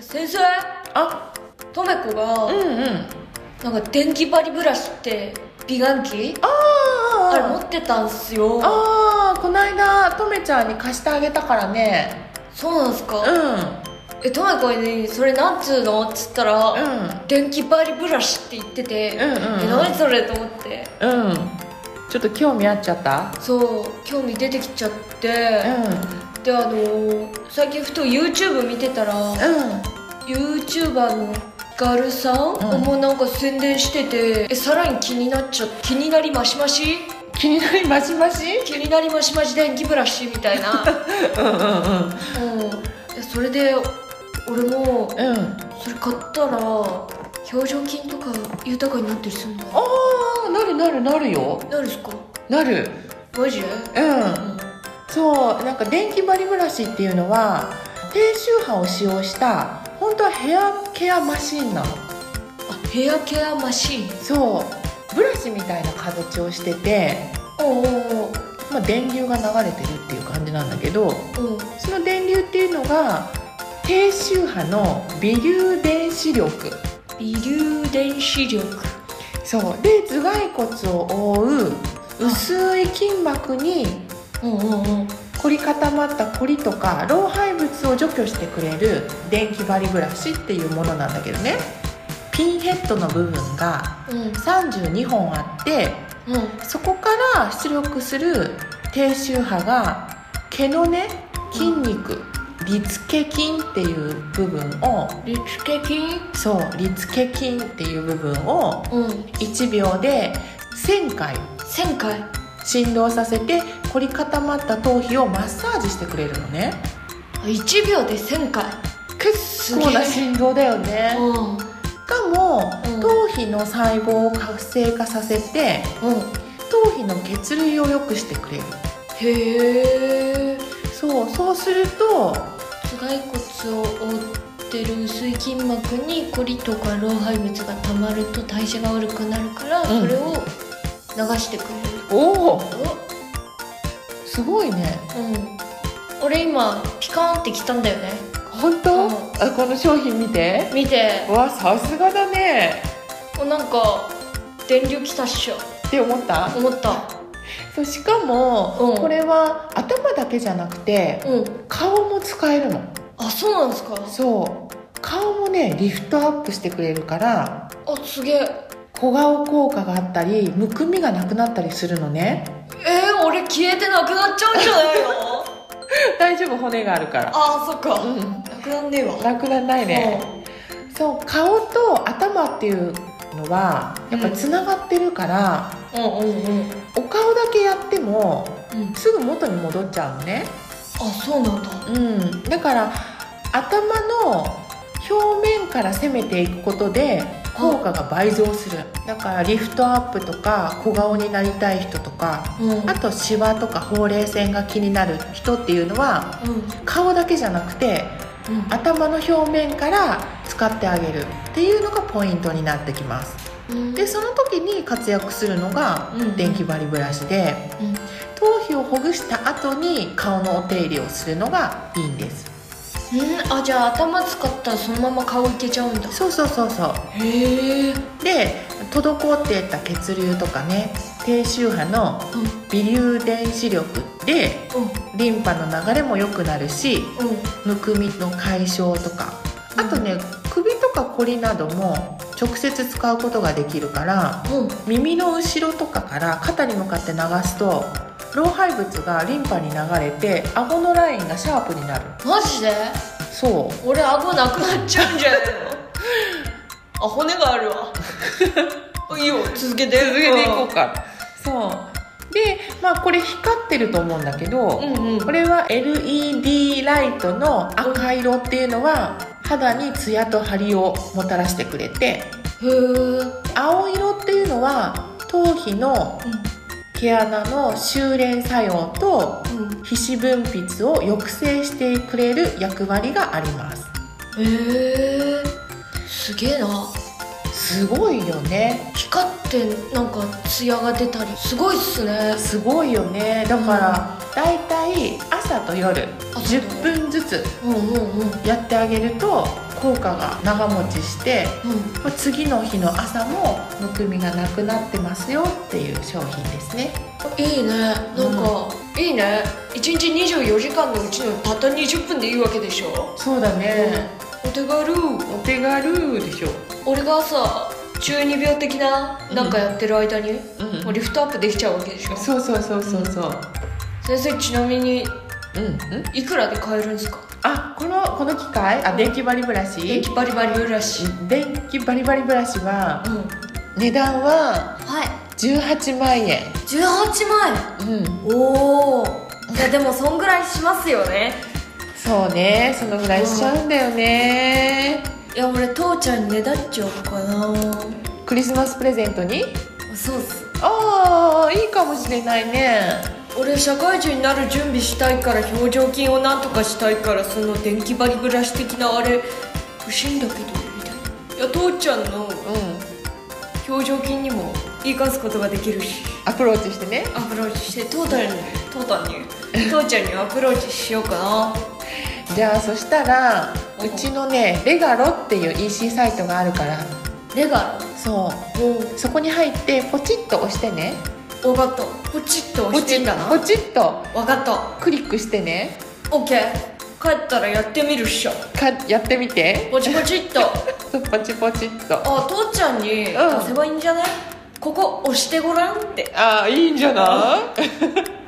先生あとめこが、うんうんなんか電気バリブラシって美顔器ああれ持あってたんすよああこないだとめちゃんに貸してあげたからねそうなんすか、うえとめこに「それなんつうの?」っつったら、んうん電気バリブラシって言ってて、うんうんうんえ何それと思ってうんちょっと興味あっちゃったそう興味出てきちゃって、うであのー最近ふと YouTube 見てたら、んうん YouTuber のガルさん、うんもうなんか宣伝しててえさらに気になっちゃ気になりマシマシ気になりマシマシ気になりマシマシ電気ブラシみたいな、うんうんうんうん、えそれで俺もうんそれ買ったら表情筋とか豊かになったりするのああなるなるなるよ何ですかなるマジうんそうなんか電気バリブラシっていうのは低周波を使用した本当はヘアケアマシンなあのヘアケアマシーンそうブラシみたいな形をしてて、おうおうまあ、電流が流れてるっていう感じなんだけどおううんその電流っていうのが低周波の微粒電子力微粒電子力そうで頭蓋骨を覆う薄い筋膜にうんうんうん凝り固まった凝りとか老廃物を除去してくれる電気バリブラシっていうものなんだけどねピンヘッドの部分がうん32本あってうんそこから出力する低周波が毛のね筋肉リツケ筋っていう部分をリツケ筋そうリツケ筋っていう部分をうん1秒で1000回1000回振動させて凝り固まった頭皮をマッサージしてくれるのね1秒で1000回結構な振動だよねうんしかも、うん頭皮の細胞を活性化させてうん頭皮の血流を良くしてくれるへえそうそうすると頭蓋骨を覆ってる薄い筋膜にコリとか老廃物がたまると代謝が悪くなるから、うんそれを流してくれるおおおすごいねうん俺今ピカーンってきたんだよね本当、うんあこの商品見て見てわさすがだねおなんか電流来たっしょって思った、思ったそうしかも、うんこれは頭だけじゃなくてうん顔も使えるのあそうなんですかそう顔もねリフトアップしてくれるかあらすげえ小顔効果があったりむくみがなくなったりするのね えー、俺消えてなくなっちゃうんじゃないの 大丈夫骨があるからあーそっか、うんなくなんねえわ楽なんないねそう顔と頭っていうのはやっぱつながってるから、うんうんうんうんお顔だけやってもうんすぐ元に戻っちゃうのねあそうなんだうんだから頭の表面から攻めていくことで効果が倍増するだからリフトアップとか小顔になりたい人とかうんうんあとシワとかほうれい線が気になる人っていうのは顔だけじゃなくてうん頭の表面から使ってあげるっていうのがポイントになってきますうんでその時に活躍するのがうん電気バリブラシでうん頭皮をほぐした後に顔のお手入れをするのがいいんですうんあじゃあ頭使ったらそのまま顔いけちゃうんだそうそうそうそへえうで滞っていた血流とかね低周波のうん微粒電子力でリンパの流れも良くなるしうんうんむくみの解消とかあとね首とかこりなども直接使うことができるからうん耳の後ろとかから肩に向かって流すと老廃物がリンパに流れて顎のラインがシャープになるマジでそう俺顎なくなっちゃうんじゃないの あ骨があるわいいよ続けて続けていこうかそうでまあこれ光ってると思うんだけど、うんうんこれは LED ライトの赤色っていうのは肌にツヤとハリをもたらしてくれてへえ青色っていうのは頭皮の毛穴の修練作用とうんうん皮脂分泌を抑制してくれる役割がありますへえすげえなすごいよね光ってなんか艶が出たりすごいっすねすごいよねだからだいたい朝と夜あ10分ずつうんうんうんやってあげると効果が長持ちしてうんまあ次の日の朝もむくみがなくなってますよっていう商品ですねいいねなんか、いいね一日24時間のうちのたった20分でいいわけでしょ、そうだねお手軽お手軽でしょ俺がさ中二病的ななんかやってる間に、もうリフトアップできちゃうわけでしょそうそうそうそうそう先生ちなみにうんうんいくらで買えるんですかあこのこの機械あ電気バリブラシ電気バリバリブラシ電気バリバリブラシはうん値段ははい18万円18万円うんおおいやでもそんぐらいしますよねそうねそのぐらいしちゃうんだよねいや俺父ちゃんにねだっちゃおうかなクリスマスプレゼントにそうっすああいいかもしれないね俺社会人になる準備したいから表情筋をなんとかしたいからその電気バリブラシ的なあれ欲しいんだけどみたいないや父ちゃんのうん表情筋にも生かすことができるしアプローチしてねアプローチして父ちゃんに父ちゃんに父ちゃんにアプローチしようかなじゃあそしたらおうちのねレガロっていう EC サイトがあるからレガそうロそこに入ってポチッと押してねお分かったポチッと押ポしチていいかッなポチッと分かったクリックしてねオッケー帰ったらやってみるっしょかやってみてポチポチっとそうポチポチっとあ父ちゃんに出せばいいんじゃない、ここ押してごらんってああいいんじゃない